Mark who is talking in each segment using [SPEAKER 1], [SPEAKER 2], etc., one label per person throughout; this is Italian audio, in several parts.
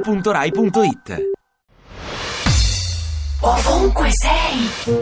[SPEAKER 1] radio2pod.rai.it
[SPEAKER 2] Ovunque sei.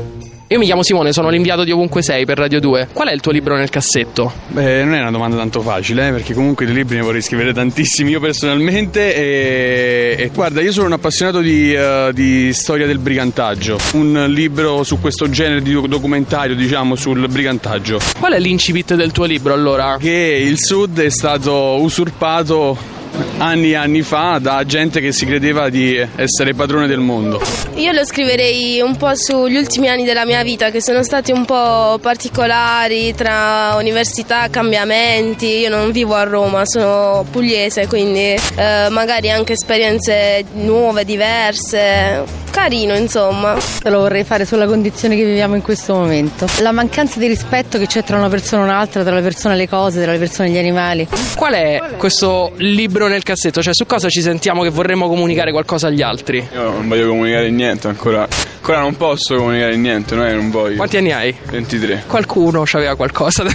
[SPEAKER 3] Io mi chiamo Simone, sono l'inviato di Ovunque Sei per Radio 2. Qual è il tuo libro nel cassetto?
[SPEAKER 4] Beh, non è una domanda tanto facile, eh, perché comunque di libri ne vorrei scrivere tantissimi io personalmente. E, e guarda, io sono un appassionato di, eh, di storia del brigantaggio. Un libro su questo genere di doc- documentario, diciamo, sul brigantaggio.
[SPEAKER 3] Qual è l'incipit del tuo libro allora?
[SPEAKER 4] Che il sud è stato usurpato anni e anni fa da gente che si credeva di essere padrone del mondo.
[SPEAKER 5] Io lo scriverei un po' sugli ultimi anni della mia vita che sono stati un po' particolari tra università, cambiamenti. Io non vivo a Roma, sono pugliese, quindi eh, magari anche esperienze nuove, diverse. Carino, insomma.
[SPEAKER 6] Lo vorrei fare sulla condizione che viviamo in questo momento. La mancanza di rispetto che c'è tra una persona e un'altra, tra le persone e le cose, tra le persone e gli animali.
[SPEAKER 3] Qual è questo libro nel cassetto? Cioè su cosa ci sentiamo che vorremmo comunicare qualcosa agli altri?
[SPEAKER 7] Io non voglio comunicare niente ancora. Ancora non posso comunicare niente, no? Io non voglio.
[SPEAKER 3] Quanti anni hai?
[SPEAKER 7] 23.
[SPEAKER 3] Qualcuno c'aveva qualcosa? da-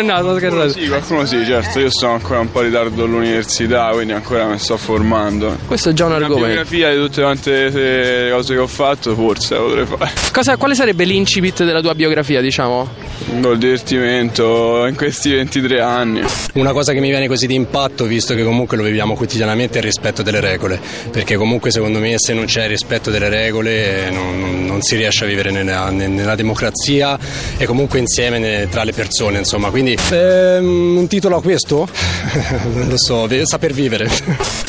[SPEAKER 3] no, sto scherzando.
[SPEAKER 7] Sì, qualcuno sì, certo. Io sono ancora un po' in ritardo all'università, quindi ancora mi sto formando.
[SPEAKER 3] Questo è già un
[SPEAKER 7] Una
[SPEAKER 3] argomento.
[SPEAKER 7] biografia di tutte quante le cose che ho fatto, forse la potrei fare.
[SPEAKER 3] Cosa- quale sarebbe l'incipit della tua biografia, diciamo?
[SPEAKER 7] Col divertimento in questi 23 anni.
[SPEAKER 8] Una cosa che mi viene così di impatto, visto che comunque lo viviamo quotidianamente, è il rispetto delle regole, perché comunque secondo me se non c'è rispetto delle regole eh, non, non- non si riesce a vivere nella, ne- nella democrazia e comunque insieme ne- tra le persone, insomma. Quindi ehm, un titolo a questo? non lo so, vi- saper vivere.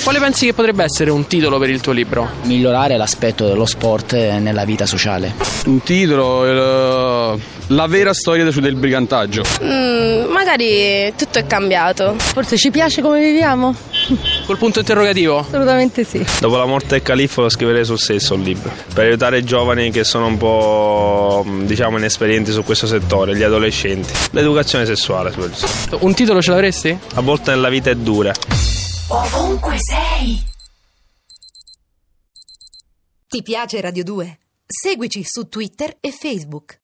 [SPEAKER 3] Quale pensi che potrebbe essere un titolo per il tuo libro?
[SPEAKER 9] migliorare l'aspetto dello sport nella vita sociale.
[SPEAKER 4] Un titolo, eh, La vera storia del brigantaggio.
[SPEAKER 5] Mm, magari tutto è cambiato.
[SPEAKER 6] Forse ci piace come viviamo?
[SPEAKER 3] Col punto interrogativo?
[SPEAKER 6] Assolutamente sì.
[SPEAKER 10] Dopo la morte del califfo lo scriverei sul stesso un libro, per aiutare i giovani che sono un po' mh, diciamo inesperienti su questo settore, gli adolescenti. L'educazione sessuale, penso.
[SPEAKER 3] Un titolo ce l'avresti?
[SPEAKER 10] a volte nella vita è dura.
[SPEAKER 2] Ovunque sei.
[SPEAKER 11] Ti piace Radio 2? Seguici su Twitter e Facebook.